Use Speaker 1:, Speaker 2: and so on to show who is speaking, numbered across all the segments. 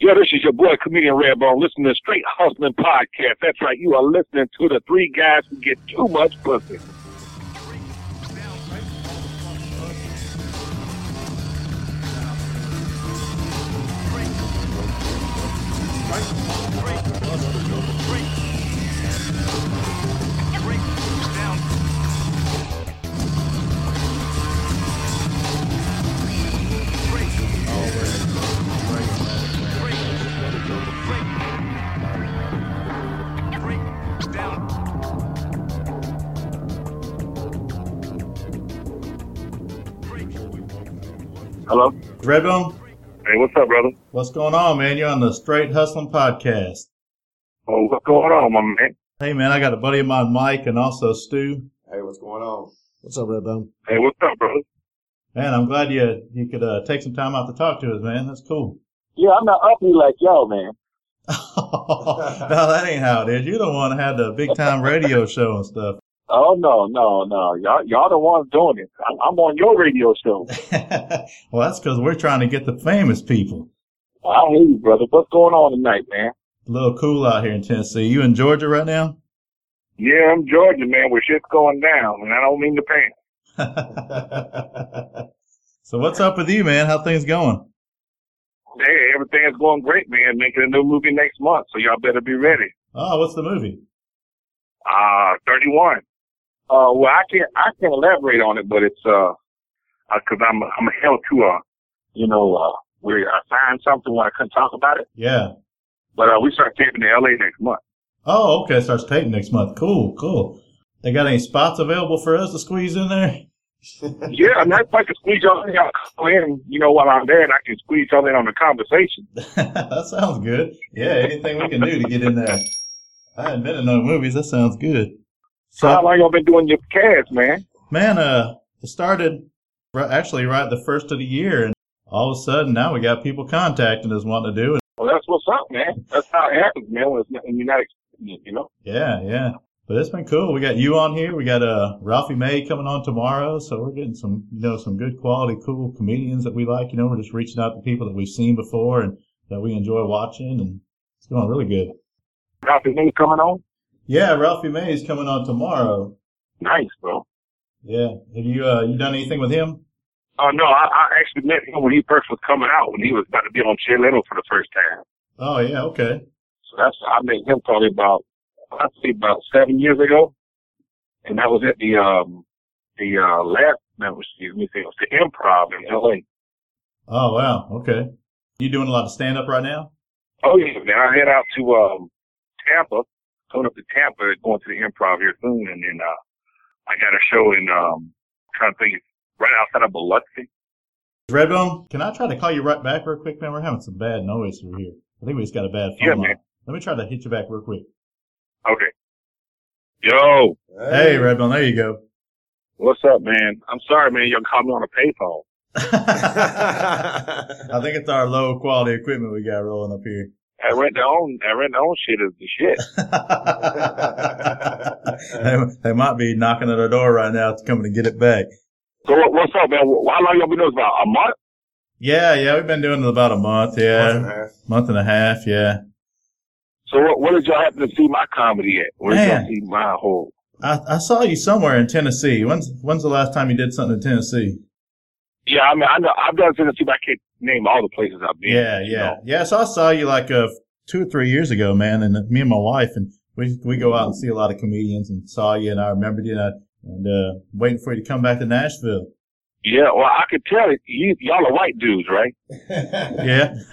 Speaker 1: Yo, this is your boy, comedian Redbone. Listen to Straight Hustling Podcast. That's right. You are listening to the three guys who get too much pussy. Hello?
Speaker 2: Redbone,
Speaker 1: Hey, what's up, brother?
Speaker 2: what's going on, man? You're on the Straight Hustling Podcast.
Speaker 1: Oh, what's going on, my man?
Speaker 2: Hey, man, I got a buddy of mine, Mike, and also Stu.
Speaker 3: Hey, what's going on?
Speaker 4: What's up, Redbone?
Speaker 1: Hey, what's up, brother?
Speaker 2: Man, I'm glad you you could uh, take some time out to talk to us, man. That's cool.
Speaker 1: Yeah, I'm not uppy like y'all, man.
Speaker 2: no, that ain't how it is. You're the one that had the big time radio show and stuff.
Speaker 1: Oh, no, no, no. Y'all, y'all the ones doing it. I'm, I'm on your radio show.
Speaker 2: well, that's because we're trying to get the famous people.
Speaker 1: I hear you, brother. What's going on tonight, man?
Speaker 2: A little cool out here in Tennessee. You in Georgia right now?
Speaker 1: Yeah, I'm Georgia, man, where shit's going down, and I don't mean to panic.
Speaker 2: so what's up with you, man? How things going?
Speaker 1: Hey, everything's going great, man. Making a new movie next month, so y'all better be ready.
Speaker 2: Oh, what's the movie?
Speaker 1: Uh, 31. Uh, well, I can't, I can't elaborate on it, but it's, uh, uh cause I'm, I'm held to, uh, you know, uh, we, I signed something when I couldn't talk about it,
Speaker 2: Yeah.
Speaker 1: but, uh, we start taping in LA next month.
Speaker 2: Oh, okay. It starts taping next month. Cool, cool. They got any spots available for us to squeeze in there?
Speaker 1: yeah, and that's like a squeeze y'all in, y'all call in, you know, while I'm there and I can squeeze y'all in on the conversation.
Speaker 2: that sounds good. Yeah, anything we can do to get in there. I hadn't been in no movies. That sounds good.
Speaker 1: So how
Speaker 2: So,
Speaker 1: long y'all been doing your cast, man?
Speaker 2: man, uh, it started right, actually right the first of the year, and all of a sudden now we got people contacting us wanting to do it.
Speaker 1: Well, that's what's up, man. That's how it happens, man, when, it's not, when you're not expecting it, you know?
Speaker 2: Yeah, yeah. But it's been cool. We got you on here. We got uh Ralphie May coming on tomorrow, so we're getting some you know some good quality, cool comedians that we like. You know, we're just reaching out to people that we've seen before and that we enjoy watching, and it's going really good.
Speaker 1: Dr. Name coming on?
Speaker 2: Yeah, Ralphie May is coming on tomorrow.
Speaker 1: Nice, bro.
Speaker 2: Yeah. Have you uh you done anything with him?
Speaker 1: Oh no, I, I actually met him when he first was coming out, when he was about to be on Jay Leno for the first time.
Speaker 2: Oh yeah, okay.
Speaker 1: So that's I met him probably about I'd say about seven years ago, and that was at the um the uh last no, excuse me, it was the Improv in L.A.
Speaker 2: Oh wow, okay. You doing a lot of stand up right now?
Speaker 1: Oh yeah, man, I head out to um Tampa, coming up to Tampa, going to the Improv here soon, and then uh I got a show in um trying to think it's right outside of Biloxi.
Speaker 2: Redbone, can I try to call you right back real quick, man? We're having some bad noise through here. I think we just got a bad phone
Speaker 1: Yeah,
Speaker 2: line.
Speaker 1: man.
Speaker 2: Let me try to hit you back real quick.
Speaker 1: Okay. Yo,
Speaker 2: Hey, Redbone, there you go.
Speaker 1: what's up, man? I'm sorry, man. Y'all called me on a payphone.
Speaker 2: I think it's our low quality equipment we got rolling up here.
Speaker 1: I rent their own. I rent their own shit is the shit.
Speaker 2: they, they might be knocking at our door right now to coming to get it back.
Speaker 1: So what, what's up, man? Wh- How long y'all been doing this? About a month?
Speaker 2: Yeah, yeah, we've been doing it about a month, yeah. Month and a half, yeah.
Speaker 1: So what, what did y'all happen to see my comedy at? Where did
Speaker 2: Man.
Speaker 1: y'all see my whole?
Speaker 2: I, I saw you somewhere in Tennessee. When's when's the last time you did something in Tennessee?
Speaker 1: Yeah, I mean, I know I've done Tennessee, but I can't name all the places I've been.
Speaker 2: Yeah,
Speaker 1: you
Speaker 2: yeah,
Speaker 1: know.
Speaker 2: yeah. So I saw you like uh, two or three years ago, man, and uh, me and my wife, and we we go out and see a lot of comedians, and saw you, and I remembered you, and, I, and uh, waiting for you to come back to Nashville.
Speaker 1: Yeah, well, I could tell that you, y'all are white dudes, right?
Speaker 2: Yeah,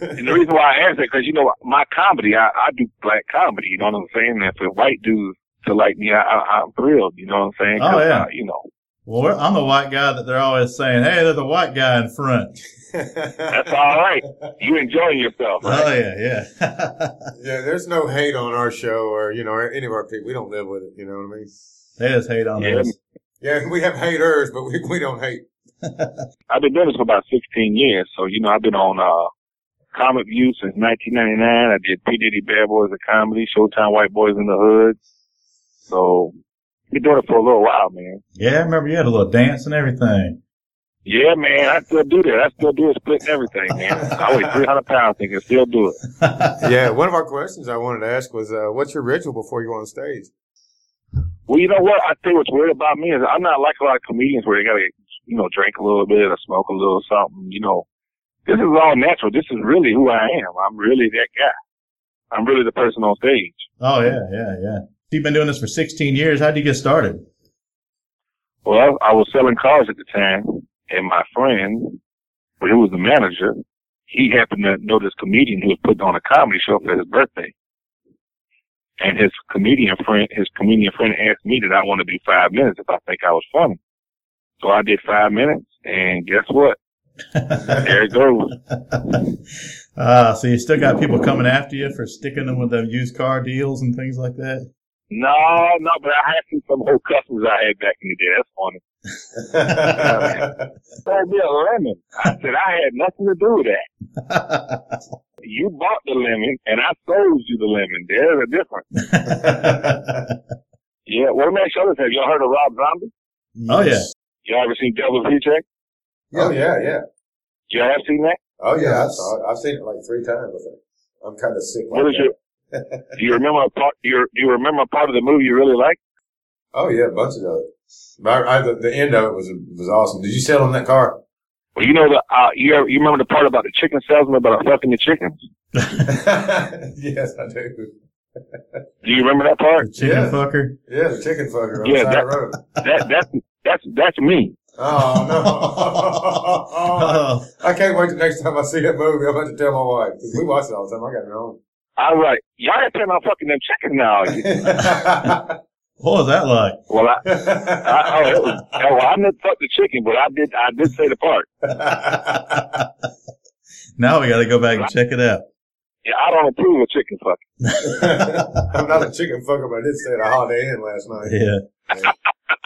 Speaker 1: And the reason why I asked that because you know my comedy, I, I do black comedy. You know what I'm saying? And for white dudes to like me, I, I, I'm thrilled. You know what I'm saying? 'Cause,
Speaker 2: Oh, yeah.
Speaker 1: uh, you know,
Speaker 2: well, we're, I'm the white guy that they're always saying, "Hey, there's a white guy in front."
Speaker 1: that's all right. You enjoying yourself, right?
Speaker 2: Oh yeah, yeah.
Speaker 3: Yeah, there's no hate on our show or, you know, or any of our people. We don't live with it, you know what I mean?
Speaker 2: they just hate on
Speaker 1: Yeah.
Speaker 2: us.
Speaker 3: Yeah, we have haters, but we, we don't hate.
Speaker 1: I've been doing this for about 16 years. So, you know, I've been on, uh, Comic View since 1999. I did P. Diddy Bad Boys of Comedy, Showtime White Boys in the Hood. So, been doing it for a little while, man.
Speaker 2: Yeah, I remember you had a little dance and everything.
Speaker 1: Yeah, man, I still do that. I still do it, splitting everything, man. I weigh 300 pounds and can still do it.
Speaker 2: Oh,
Speaker 3: yeah, one of our questions I wanted to ask was, uh, what's your ritual before you go on stage?
Speaker 1: Well, you know what? I think what's weird about me is I'm not like a lot of comedians where they gotta, you know, drink a little bit or smoke a little something. You know, this is all natural. This is really who I am. I'm really that guy. I'm really the person on stage.
Speaker 2: oh yeah, yeah, yeah. You've been doing this for 16 years. How'd you get started?
Speaker 1: Well, I was selling cars at the time, and my friend, well, he was the manager, he happened to know this comedian who was putting on a comedy show for his birthday. And his comedian friend, his comedian friend asked me, did I want to do five minutes if I think I was funny? So I did five minutes, and guess what? There it goes.
Speaker 2: uh, so you still got people coming after you for sticking them with the used car deals and things like that.
Speaker 1: No, no, but I had some some old customers I had back in the day. That's funny.
Speaker 3: Oh,
Speaker 1: Sold me a lemon. I said I had nothing to do with that. You bought the lemon, and I sold you the lemon. There's a difference. Yeah, well, let me ask you this. Have y'all heard of Rob Zombie?
Speaker 2: Oh, yeah.
Speaker 1: Y'all ever seen Devil's Reject?
Speaker 3: Oh yeah, yeah.
Speaker 1: Y'all have seen that?
Speaker 3: Oh yeah, I saw it. I've seen it like three times. I think I'm kind of sick.
Speaker 1: What
Speaker 3: like
Speaker 1: is your, do you remember a part, your, do you remember a part of the movie you really liked?
Speaker 3: Oh yeah, a bunch of those. But I, I, the, the end of it was was awesome. Did you sell on that car?
Speaker 1: Well, you know the, uh, you, ever- you remember the part about the chicken salesman about fucking the chickens?
Speaker 3: yes, I do.
Speaker 1: Do you remember that part?
Speaker 2: The chicken
Speaker 3: Yeah.
Speaker 2: fucker.
Speaker 3: Yeah, the chicken fucker on
Speaker 1: Yeah,
Speaker 3: the side
Speaker 1: that-
Speaker 3: of the road.
Speaker 1: That, that's, that's, that's me.
Speaker 3: Oh no!
Speaker 2: Oh,
Speaker 3: I can't wait the next time I see that movie. I'm about to tell my wife 'cause we watch it all the time. I got it on.
Speaker 1: All right. Y'all ain't planning on fucking them chickens now. are you?
Speaker 2: what was that like?
Speaker 1: Well, I, I, oh, it was, oh, well, I didn't fuck the chicken, but I did, I did say the part.
Speaker 2: Now we got to go back and check it out.
Speaker 1: Yeah, I don't approve of chicken fucking.
Speaker 3: I'm not a chicken fucker, but I did stay at a Holiday Inn last night.
Speaker 2: Yeah.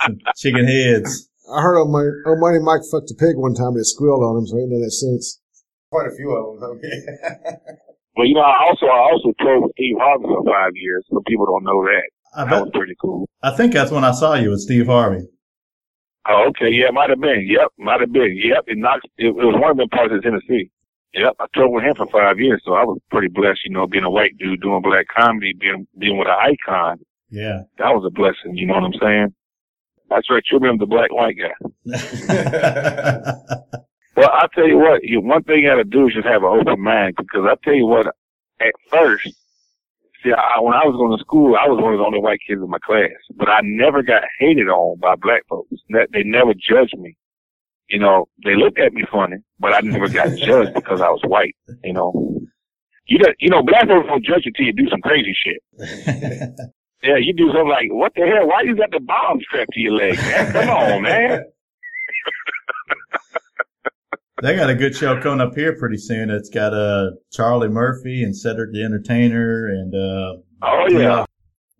Speaker 2: Some chicken heads.
Speaker 4: I heard old Money, old Money Mike fucked a pig one time and it squealed on him, so he ain't done that since.
Speaker 3: Quite a few of them. I mean.
Speaker 1: Well, you know, I also, I also told Steve Harvey for five years. Some people don't know that.
Speaker 2: I
Speaker 1: That
Speaker 2: bet.
Speaker 1: was pretty cool.
Speaker 2: I think that's when I saw you with Steve Harvey.
Speaker 1: Oh, okay. Yeah, it might have been. Yep, might have been. Yep, it knocked. It, it was one of them parts of Tennessee. Yep, I toured with him for five years, so I was pretty blessed. You know, being a white dude doing black comedy, being being with an icon,
Speaker 2: Yeah.
Speaker 1: that was a blessing. You know what I'm saying? That's right. You remember the black white guy? Well, I tell you what. You, one thing you got to do is just have an open mind, because I tell you what. At first, see, I, when I was going to school, I was one of the only white kids in my class, but I never got hated on by black folks. Ne- They never judged me. you know, they looked at me funny, but I never got judged because I was white, you know. You don't, you know, black folks don't judge you till you do some crazy shit. Yeah, you do something like, what the hell? Why you got the bomb strapped to your leg, man? Come on, man.
Speaker 2: they got a good show coming up here pretty soon. It's got uh, Charlie Murphy and Cedric the Entertainer and uh,
Speaker 1: Oh, yeah.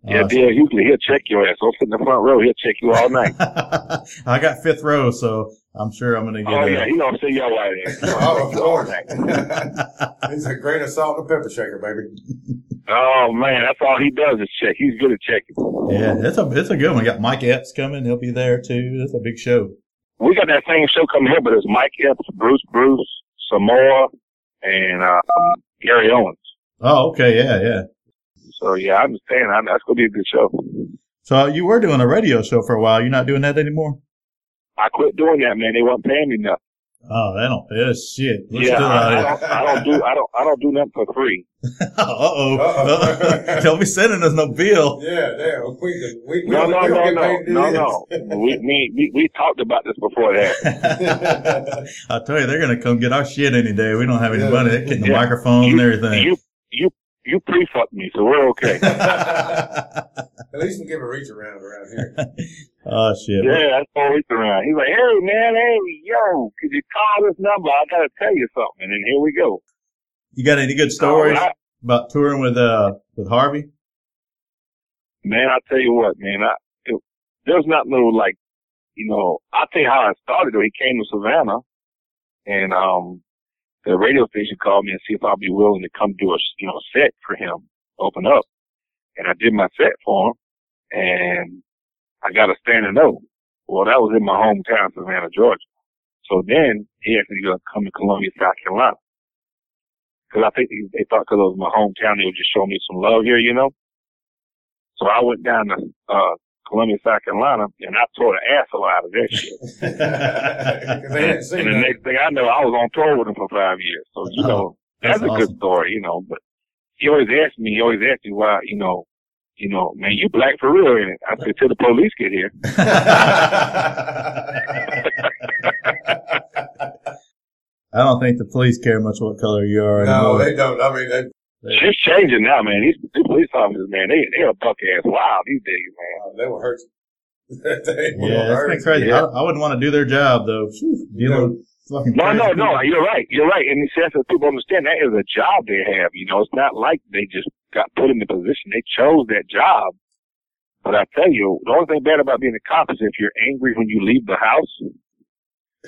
Speaker 1: Yeah,
Speaker 2: uh,
Speaker 1: Dale Hughley, he'll check your ass. Don't sit in the front row. He'll check you all night.
Speaker 2: uh, I got fifth row, so I'm sure I'm gonna get.
Speaker 1: Oh,
Speaker 2: a-
Speaker 1: yeah, he gonna see your white ass.
Speaker 3: oh, of course. it's a grain of salt and a pepper shaker, baby.
Speaker 1: Oh, man, that's all he does is check. He's good at checking.
Speaker 2: Yeah, it's a it's a good one. We got Mike Epps coming; he'll be there too. That's a big show.
Speaker 1: We got that same show coming here, but it's Mike Epps, Bruce Bruce, Samoa, and uh, Gary Owens.
Speaker 2: Oh, okay, yeah, yeah.
Speaker 1: So, yeah, I understand. I, that's gonna be a good show.
Speaker 2: So you were doing a radio show for a while. You're not doing that anymore.
Speaker 1: I quit doing that, man. They weren't paying me nothing.
Speaker 2: Oh, that don't pay us shit. We're
Speaker 1: yeah,
Speaker 2: still out
Speaker 1: I, I don't,
Speaker 2: here.
Speaker 1: I don't do, I don't, I don't do nothing for free.
Speaker 2: Uh oh.
Speaker 3: Uh-oh.
Speaker 2: Don't be sending us no bill.
Speaker 3: Yeah, damn. We, can- we, we
Speaker 1: No,
Speaker 3: don't,
Speaker 1: no,
Speaker 3: we don't
Speaker 1: no,
Speaker 3: get
Speaker 1: no,
Speaker 3: paid to do
Speaker 1: no, no. We, me, we, we talked about this before that.
Speaker 3: this.
Speaker 2: I tell you, they're gonna come get our shit any day. We don't have any
Speaker 3: Yeah.
Speaker 2: money. They're getting the
Speaker 1: Yeah.
Speaker 2: microphones and everything.
Speaker 1: You, you, you pre-fucked me, so we're okay.
Speaker 3: At least we give a reach around around here.
Speaker 2: oh shit.
Speaker 1: yeah, that's all he's around. He's like, hey, man, hey, yo, could you call this number? I gotta tell you something. And here we go.
Speaker 2: You got any
Speaker 1: Oh,
Speaker 2: good stories
Speaker 1: All right.
Speaker 2: about touring with uh with Harvey?
Speaker 1: Man, I tell you what, man, I, it, there's not no like, you know, I tell you how I started though. He came to Savannah and, um, the radio station called me and see if I'd be willing to come do a, you know, set for him, open up. And I did my set for him and I got a standing O. Well, that was in my hometown, Savannah, Georgia. So then he asked me to come to Columbia, South Carolina. Cause I think they, they thought cause it was my hometown, they would just show me some love here, you know? So I went down to, uh, Columbia, South Carolina and I tore the asshole out of that shit.
Speaker 3: Because they hadn't seen
Speaker 1: and the
Speaker 3: nothing.
Speaker 1: next thing I know, I was on tour with him for five years. So, you
Speaker 2: Oh,
Speaker 1: know, that's,
Speaker 2: that's
Speaker 1: a
Speaker 2: awesome.
Speaker 1: good story, you know, but he always asked me, he always asked me why, you know, you know, man, you black for real, ain't it? I said, till the police get here.
Speaker 2: I don't think the police care much what color you are
Speaker 3: no,
Speaker 2: anymore.
Speaker 3: they don't. I mean, they,
Speaker 1: Shit's changing now, man. These, these police officers, man, they, they are buck ass wild these days, man.
Speaker 3: uh, they will hurt you. they will
Speaker 2: yeah, that's
Speaker 3: hurt
Speaker 2: been
Speaker 3: you.
Speaker 2: crazy.
Speaker 1: Yeah.
Speaker 2: I, I wouldn't want to do their job though. Phew, dealing with fucking
Speaker 1: No,
Speaker 2: crazy
Speaker 1: no,
Speaker 2: people.
Speaker 1: no. You're right. You're right. And see, that's what people understand. That is a job they have. You know, it's not like they just got put in the position. They chose that job. But I tell you, the only thing bad about being a cop is if you're angry when you leave the house,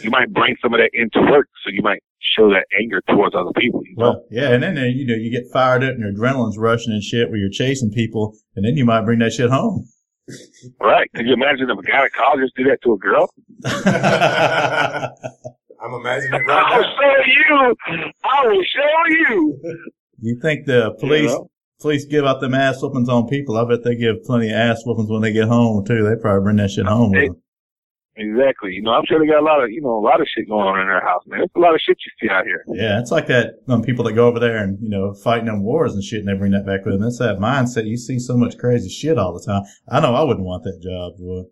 Speaker 1: you might bring some of that into work. So you might show that anger towards other people. You know?
Speaker 2: Well, yeah, and then uh, you know you get fired up and your adrenaline's rushing and shit, where you're chasing people, and then you might bring that shit home.
Speaker 1: right? Can you imagine if a guy at college just did that to a girl?
Speaker 3: I'm imagining it
Speaker 1: I'll
Speaker 3: right now.
Speaker 1: show you. I will show you.
Speaker 2: you think the police
Speaker 1: You know?
Speaker 2: police give out them ass whoopings on people? I bet they give plenty of ass whoopings when they get home too. They probably bring that shit home with
Speaker 1: Hey.
Speaker 2: them.
Speaker 1: Exactly. You know, I'm sure they got a lot of, you know, a lot of shit going on in their house, man. There's a lot of shit you see out here.
Speaker 2: Yeah, it's like that. Some people that go over there and you know fighting them wars and shit, and they bring that back with them. That's that mindset. You see so much crazy shit all the time. I know I wouldn't want that job. Boy.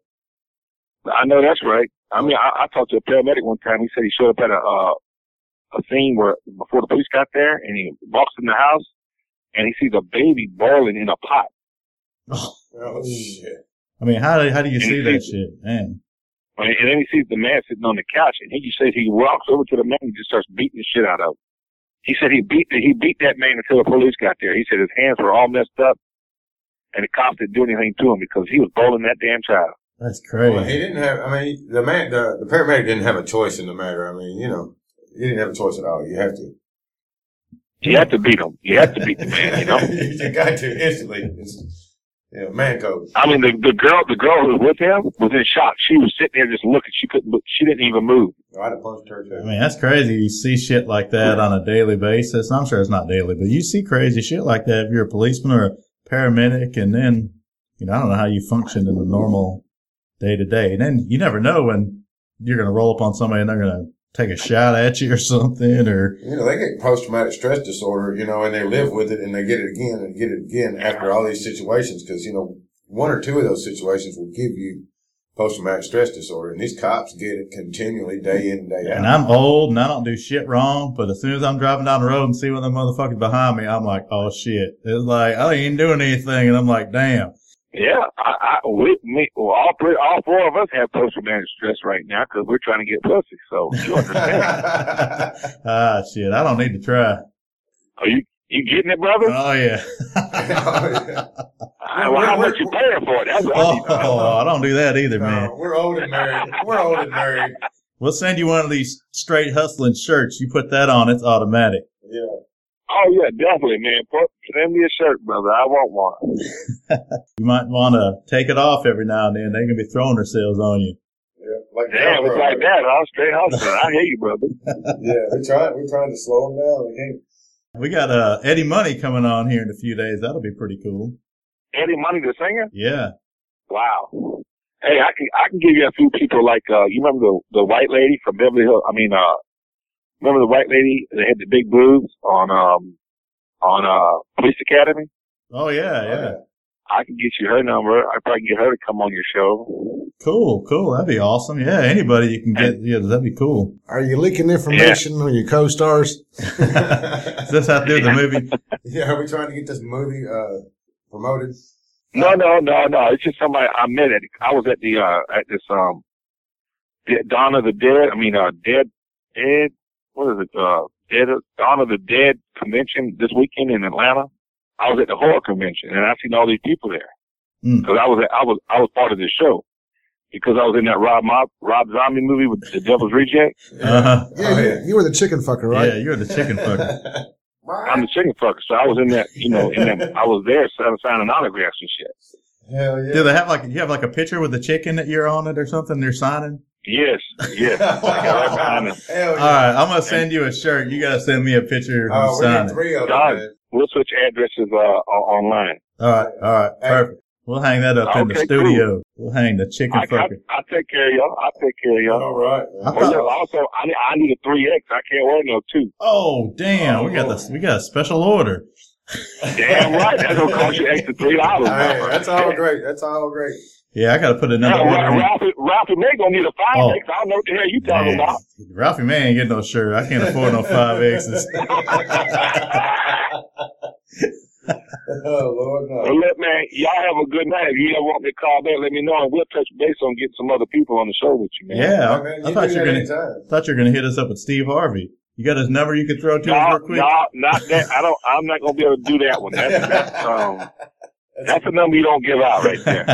Speaker 1: I know that's right. I mean, I, I talked to a paramedic one time. He said he showed up at a uh, a scene where before the police got there, and he walks in the house and he sees a baby boiling in a pot.
Speaker 3: Oh,
Speaker 2: Hmm.
Speaker 3: shit.
Speaker 2: I mean, how do how do you
Speaker 1: And
Speaker 2: see
Speaker 1: it
Speaker 2: that
Speaker 1: takes-
Speaker 2: shit? Man,
Speaker 1: And and then he sees the man sitting on the couch, and he just says he walks over to the man and just starts beating the shit out of him. He said he beat the, he beat that man until the police got there. He said his hands were all messed up, and the cops didn't do anything to him because he was boiling that damn child.
Speaker 2: that's
Speaker 3: Well, he
Speaker 2: crazy.
Speaker 3: didn't have, I mean, the man, the, the paramedic didn't have a choice in the matter. I mean, you know, you didn't have a choice at all. You have to.
Speaker 1: You had to beat him. You had to beat the man. You know.
Speaker 3: you got to instantly. It's, yeah, man code.
Speaker 1: I mean, the the girl, the girl who was with him was in shock. She was sitting there just looking. She couldn't. look- She didn't even move.
Speaker 3: Oh, I'd have punched her too.
Speaker 2: I mean, that's crazy. You see shit like that on a daily basis. I'm sure it's not daily, but you see crazy shit like that if you're a policeman or a paramedic, and then you know I don't know how you function in the normal day to day. And then you never know when you're gonna roll up on somebody and they're gonna take a shot at you or something, or
Speaker 3: You know, they get post traumatic stress disorder, you know, and they live with it and they get it again and get it again after all these situations because, you know, one or two of those situations will give you post traumatic stress disorder. And these cops get it continually day in and day
Speaker 2: And
Speaker 3: out.
Speaker 2: I'm old and I don't do shit wrong, but as soon as I'm driving down the road and see one of them motherfuckers behind me, I'm like, oh shit. It's like, I ain't doing anything. And I'm like, damn.
Speaker 1: Yeah, I, I we, me, well, all three, all four of us have post traumatic stress right now because we're trying to get pussy. So you understand?
Speaker 2: Ah, shit. I don't need to try.
Speaker 1: Are you you getting it, brother?
Speaker 2: Oh, yeah.
Speaker 3: Oh,
Speaker 1: I, well, how much you paying for it? That's what I need to know.
Speaker 2: oh, I don't do that either, man.
Speaker 3: no, we're old and married. We're old and married.
Speaker 2: We'll send you one of these straight hustling shirts. You put that on, it's automatic.
Speaker 3: Yeah.
Speaker 1: Oh yeah, definitely, man. Put, send me a shirt, brother. I want one.
Speaker 2: You might want to take it off every now and then. They're going to be throwing themselves on you.
Speaker 3: Yeah. Like
Speaker 1: Damn, it's like that. huh? straight hustling. I hear you, brother.
Speaker 3: Yeah. We're trying, we're trying to slow them down. We can't.
Speaker 2: We got uh, Eddie Money coming on here in a few days. That'll be pretty cool.
Speaker 1: Eddie Money, the singer.
Speaker 2: Yeah.
Speaker 1: Wow. Hey, I can I can give you a few people like uh you remember the the white lady from Beverly Hills I mean uh remember the white lady that had the big boobs on um on uh Police Academy?
Speaker 2: Oh, yeah, yeah.
Speaker 1: I can get you her number. I probably get her to come on your show.
Speaker 2: Cool, cool. That'd be awesome. Yeah, anybody you can get. Yeah, that'd be cool.
Speaker 4: Are you leaking information on your co-stars?
Speaker 2: Is this how through the movie?
Speaker 3: yeah. We're trying to get this movie, uh, promoted.
Speaker 1: No, no, no, no. It's just somebody I met at I was at the uh at this um De- Dawn of the Dead I mean uh Dead Dead what is it? Uh Dead Dawn of the Dead convention this weekend in Atlanta. I was at the horror convention and I seen all these people there.
Speaker 2: Mm.
Speaker 1: because I was I was I was part of the show because I was in that Rob Mob, Rob Zombie movie with the Devil's Reject.
Speaker 2: Uh-huh.
Speaker 4: Yeah,
Speaker 3: Oh,
Speaker 4: you,
Speaker 3: yeah.
Speaker 4: you were the chicken fucker, right?
Speaker 2: Yeah, you're the chicken fucker.
Speaker 1: I'm the chicken fucker, so I was in that you know in that I was there sign- signing autographs and shit.
Speaker 3: Hell yeah.
Speaker 2: Do they have like you have like a picture with the chicken that you're on it or something? They're signing.
Speaker 1: Yes, yes. Right behind us.
Speaker 3: Hell
Speaker 2: All
Speaker 3: Oh, yeah.
Speaker 2: right, I'm gonna send you a shirt. You gotta send me a picture and
Speaker 3: Oh, we
Speaker 2: sign
Speaker 3: got
Speaker 2: it.
Speaker 3: three of them.
Speaker 1: God.
Speaker 3: man.
Speaker 1: We'll switch addresses uh, o- online.
Speaker 2: All right, all right,
Speaker 3: Hey.
Speaker 2: perfect. We'll hang that up in the
Speaker 1: Okay, cool.
Speaker 2: studio. We'll hang the chicken
Speaker 1: I, I,
Speaker 2: fucker.
Speaker 1: I take care of y'all. I take care of y'all.
Speaker 3: All right.
Speaker 2: I
Speaker 1: Oh,
Speaker 2: thought-
Speaker 1: yeah, also, I need, I need a 3X. I can't order no 2.
Speaker 2: Oh damn, we got
Speaker 3: Oh.
Speaker 2: the we got a special order.
Speaker 1: Damn right. That's going to cost you extra $3.
Speaker 3: Hey, that's all
Speaker 1: Yeah.
Speaker 3: great. That's all great.
Speaker 2: Yeah, I gotta put
Speaker 1: Yeah,
Speaker 2: another order.
Speaker 1: Ra-
Speaker 2: in.
Speaker 1: Ralphie, Ralphie May gonna need a 5X.
Speaker 2: Oh.
Speaker 1: I don't know what the hell you talking
Speaker 2: Man,
Speaker 1: about.
Speaker 2: Ralphie May ain't getting no shirt. I can't afford no five X's.
Speaker 3: oh Lord,
Speaker 1: Well,
Speaker 3: no.
Speaker 1: look, man, y'all have a good night. If you ever want me to call back, let me know, and we'll touch base on getting some other people on the show with you, man.
Speaker 2: Yeah,
Speaker 3: Hey, man,
Speaker 2: I
Speaker 3: you
Speaker 2: thought
Speaker 3: do
Speaker 2: you were
Speaker 3: that
Speaker 2: gonna
Speaker 3: anytime.
Speaker 2: thought you were gonna hit us up with Steve Harvey. You got his number you could throw to us
Speaker 1: No,
Speaker 2: real quick.
Speaker 1: no, not that. I don't. I'm not gonna be able to do that one. That's that's um. That's a number you don't give out right there.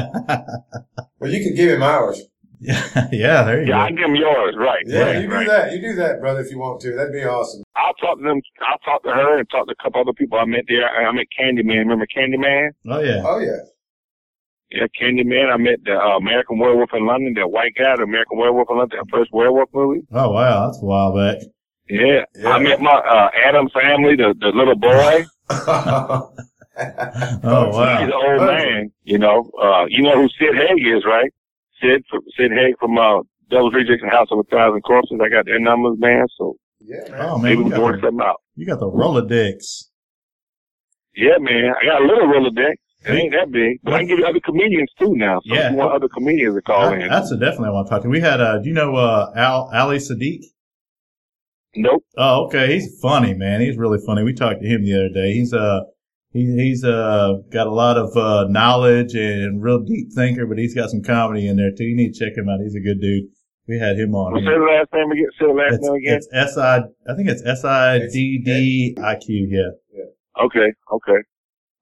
Speaker 3: Well, you can give him ours.
Speaker 2: yeah, yeah, there you
Speaker 1: Yeah, I
Speaker 2: go.
Speaker 1: give them yours. Right.
Speaker 3: Yeah,
Speaker 1: right,
Speaker 3: you do
Speaker 1: right.
Speaker 3: that. You do that, brother, if you want to. That'd be awesome.
Speaker 1: I'll talk to them. I'll talk to her and talk to a couple other people I met there. I met Candyman. Remember Candyman?
Speaker 2: Oh yeah.
Speaker 3: Oh yeah.
Speaker 1: Yeah, Candyman. I met the uh, American Werewolf in London. That white guy, the American Werewolf in London, that first werewolf movie.
Speaker 2: Oh wow, that's a while back.
Speaker 1: Yeah.
Speaker 3: Yeah.
Speaker 1: I met my uh, Adam family, the the little boy.
Speaker 3: oh
Speaker 2: wow.
Speaker 1: He's an old man, you know. Uh, you know who Sid Haig is, right? Sid from Sid Haig from uh, Devil's Rejects and House of a Thousand Corpses. I got their numbers, man. So
Speaker 3: Yeah, man.
Speaker 2: Oh man,
Speaker 1: maybe
Speaker 2: you
Speaker 1: we can work
Speaker 2: got the,
Speaker 1: something out.
Speaker 2: you got the Rolodex.
Speaker 1: Yeah, man. I got a little Rolodex. It ain't that big, but I can give you other comedians too now. So
Speaker 2: Yeah.
Speaker 1: if you want other comedians to call
Speaker 2: I,
Speaker 1: in?
Speaker 2: that's a definitely I want to talk to. We had uh do you know uh Al Ali Sadiq?
Speaker 1: nope.
Speaker 2: Oh, okay. He's funny, man. He's really funny. We talked to him the other day. He's uh he, he's uh got a lot of uh knowledge and real deep thinker, but he's got some comedy in there too. You need to check him out. He's a good dude. We had him on.
Speaker 1: Well, say
Speaker 2: here.
Speaker 1: the last name again. Say the last
Speaker 2: It's,
Speaker 1: name again.
Speaker 2: it's S I I think it's S I D D I Q. Yeah.
Speaker 1: Okay. Okay.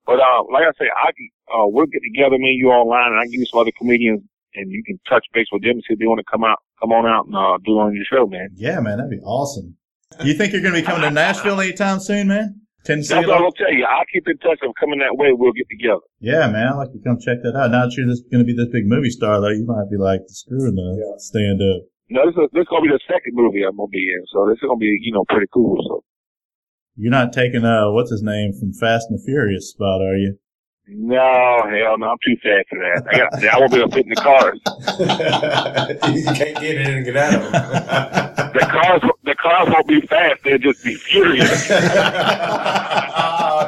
Speaker 1: But uh, like I say, I can, uh, we'll get together, me and you online, and I can give you some other comedians, and you can touch base with them and see if they want to come out, come on out and uh, do it on your show, man.
Speaker 2: Yeah, man, that'd be awesome. You think you're gonna be coming to Nashville anytime soon, man? Tennessee?
Speaker 1: That's what I'm gonna tell you. I'll keep in touch. I'm coming that way. We'll get together.
Speaker 2: Yeah, man, I'd like to come check that out. Now that you're this gonna be this big movie star though, you might be like screwing the
Speaker 3: Yeah.
Speaker 2: stand up.
Speaker 1: No, this is this is gonna be the second movie I'm gonna be in, so this is gonna be you know pretty cool. So
Speaker 2: You're not taking uh what's his name from Fast and the Furious spot, are you?
Speaker 1: no, hell no, I'm too fast for that. I got, I won't be able to fit in the cars.
Speaker 3: you can't get in and get out of
Speaker 1: The
Speaker 3: them.
Speaker 1: cars, the cars won't be fast. They'll just be furious.
Speaker 3: oh,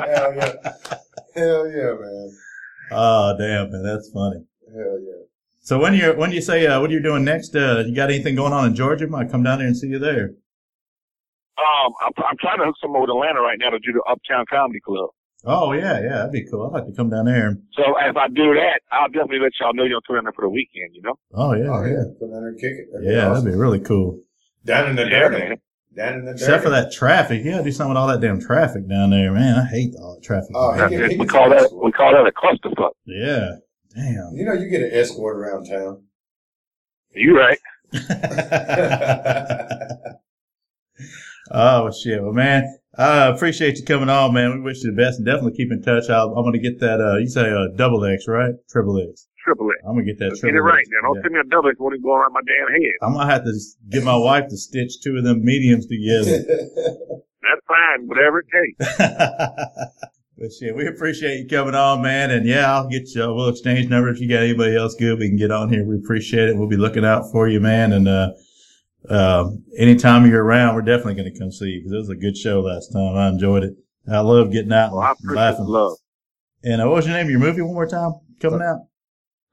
Speaker 3: hell yeah. Hell yeah, man.
Speaker 2: Oh damn, man, that's funny.
Speaker 3: Hell yeah.
Speaker 2: So when you when you say uh, what are you doing next? Uh, you got anything going on in Georgia? Might come down there and see you there.
Speaker 1: Um, I'm, I'm trying to hook someone with Atlanta right now to do the Uptown Comedy Club.
Speaker 2: Oh yeah, yeah, that'd be cool. I'd like to come down there.
Speaker 1: So if I do that, I'll definitely let y'all know you're coming down there for the weekend. You know?
Speaker 2: Oh yeah,
Speaker 3: Oh,
Speaker 2: yeah,
Speaker 3: yeah. Come down there and kick it. That'd
Speaker 2: yeah,
Speaker 3: be awesome.
Speaker 2: that'd be really cool.
Speaker 3: Down in the
Speaker 1: Yeah,
Speaker 3: dirt.
Speaker 1: man.
Speaker 3: Down in the dirt.
Speaker 2: Except for that traffic, yeah, do something with all that damn traffic down there, man. I hate all that traffic.
Speaker 3: Oh,
Speaker 2: man.
Speaker 3: yeah.
Speaker 1: We call that we call that a clusterfuck.
Speaker 2: yeah, damn.
Speaker 3: You know, you get an escort around town.
Speaker 1: You right?
Speaker 2: Oh shit, well man, I appreciate you coming on, man. We wish you the best and definitely keep in touch. I'll, I'm gonna get that. Uh, you say uh, double X, right? Triple X.
Speaker 1: Triple it.
Speaker 2: I'm gonna get that
Speaker 1: Let's
Speaker 2: triple
Speaker 1: get it right
Speaker 2: X.
Speaker 1: now. Don't
Speaker 2: Yeah.
Speaker 1: send me a double X when it's going around my damn head.
Speaker 2: I'm gonna have to s- get my wife to stitch two of them mediums together.
Speaker 1: That's fine. Whatever it takes.
Speaker 2: but shit, we appreciate you coming on, man. And yeah, I'll get you. We'll exchange numbers. If you got anybody else good, we can get on here. We appreciate it. We'll be looking out for you, man. And uh, uh, anytime you're around, we're definitely going to come see you because it was a good show last time. I enjoyed it. I love getting out
Speaker 1: Well, I
Speaker 2: and
Speaker 1: appreciate
Speaker 2: laughing.
Speaker 1: the love.
Speaker 2: And uh, what was your name of your movie one more time? Coming out?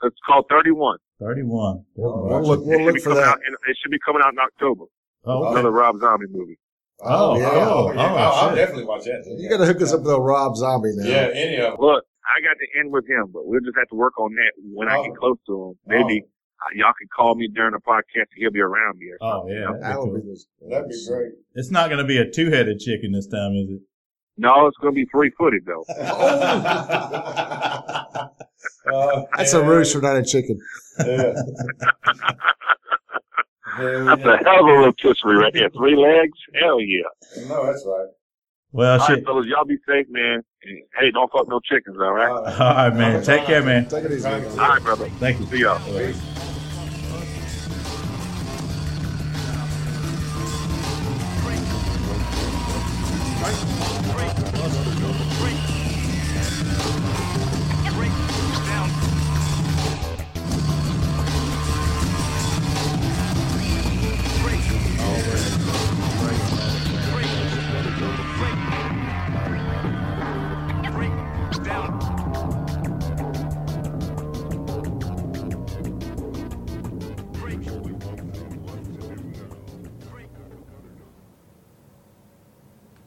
Speaker 1: It's called 31.
Speaker 2: 31.
Speaker 3: Oh,
Speaker 4: We'll look,
Speaker 1: It
Speaker 4: we'll
Speaker 1: should, be
Speaker 4: look for
Speaker 1: coming
Speaker 4: that.
Speaker 1: out in, it should be coming out in October.
Speaker 2: Oh, okay.
Speaker 1: Another Rob Zombie movie.
Speaker 2: Oh, oh,
Speaker 3: yeah.
Speaker 2: oh,
Speaker 3: I'll
Speaker 2: shit.
Speaker 3: definitely watch that. too.
Speaker 4: You got to hook us up with a Rob Zombie now.
Speaker 3: Yeah, any of them.
Speaker 1: Look, I got to end with him, but we'll just have to work on that when I
Speaker 3: Oh.
Speaker 1: get close to him. Maybe uh, y'all can call me during the podcast and he'll be around me. Or
Speaker 2: Oh,
Speaker 1: something, you
Speaker 2: yeah.
Speaker 1: know?
Speaker 2: that'd be
Speaker 4: That
Speaker 2: cool.
Speaker 4: would be this.
Speaker 3: That'd be great.
Speaker 2: It's not going to be a two headed chicken this time, is it?
Speaker 1: No, it's going to be three footed, though.
Speaker 3: Oh,
Speaker 4: That's a
Speaker 3: yeah.
Speaker 4: rooster, not a chicken.
Speaker 3: Yeah. Hell
Speaker 1: That's
Speaker 3: yeah.
Speaker 1: a hell of a rotisserie right there. Three legs? Hell yeah.
Speaker 3: No, that's right.
Speaker 2: Well,
Speaker 1: all
Speaker 2: shit.
Speaker 1: right, fellas, y'all be safe, man. And, hey, don't fuck no chickens, all right?
Speaker 3: All right.
Speaker 2: All right, man. Take care, man.
Speaker 4: Take it easy. man.
Speaker 1: all right, brother.
Speaker 2: Thank you.
Speaker 1: See y'all.
Speaker 3: Peace.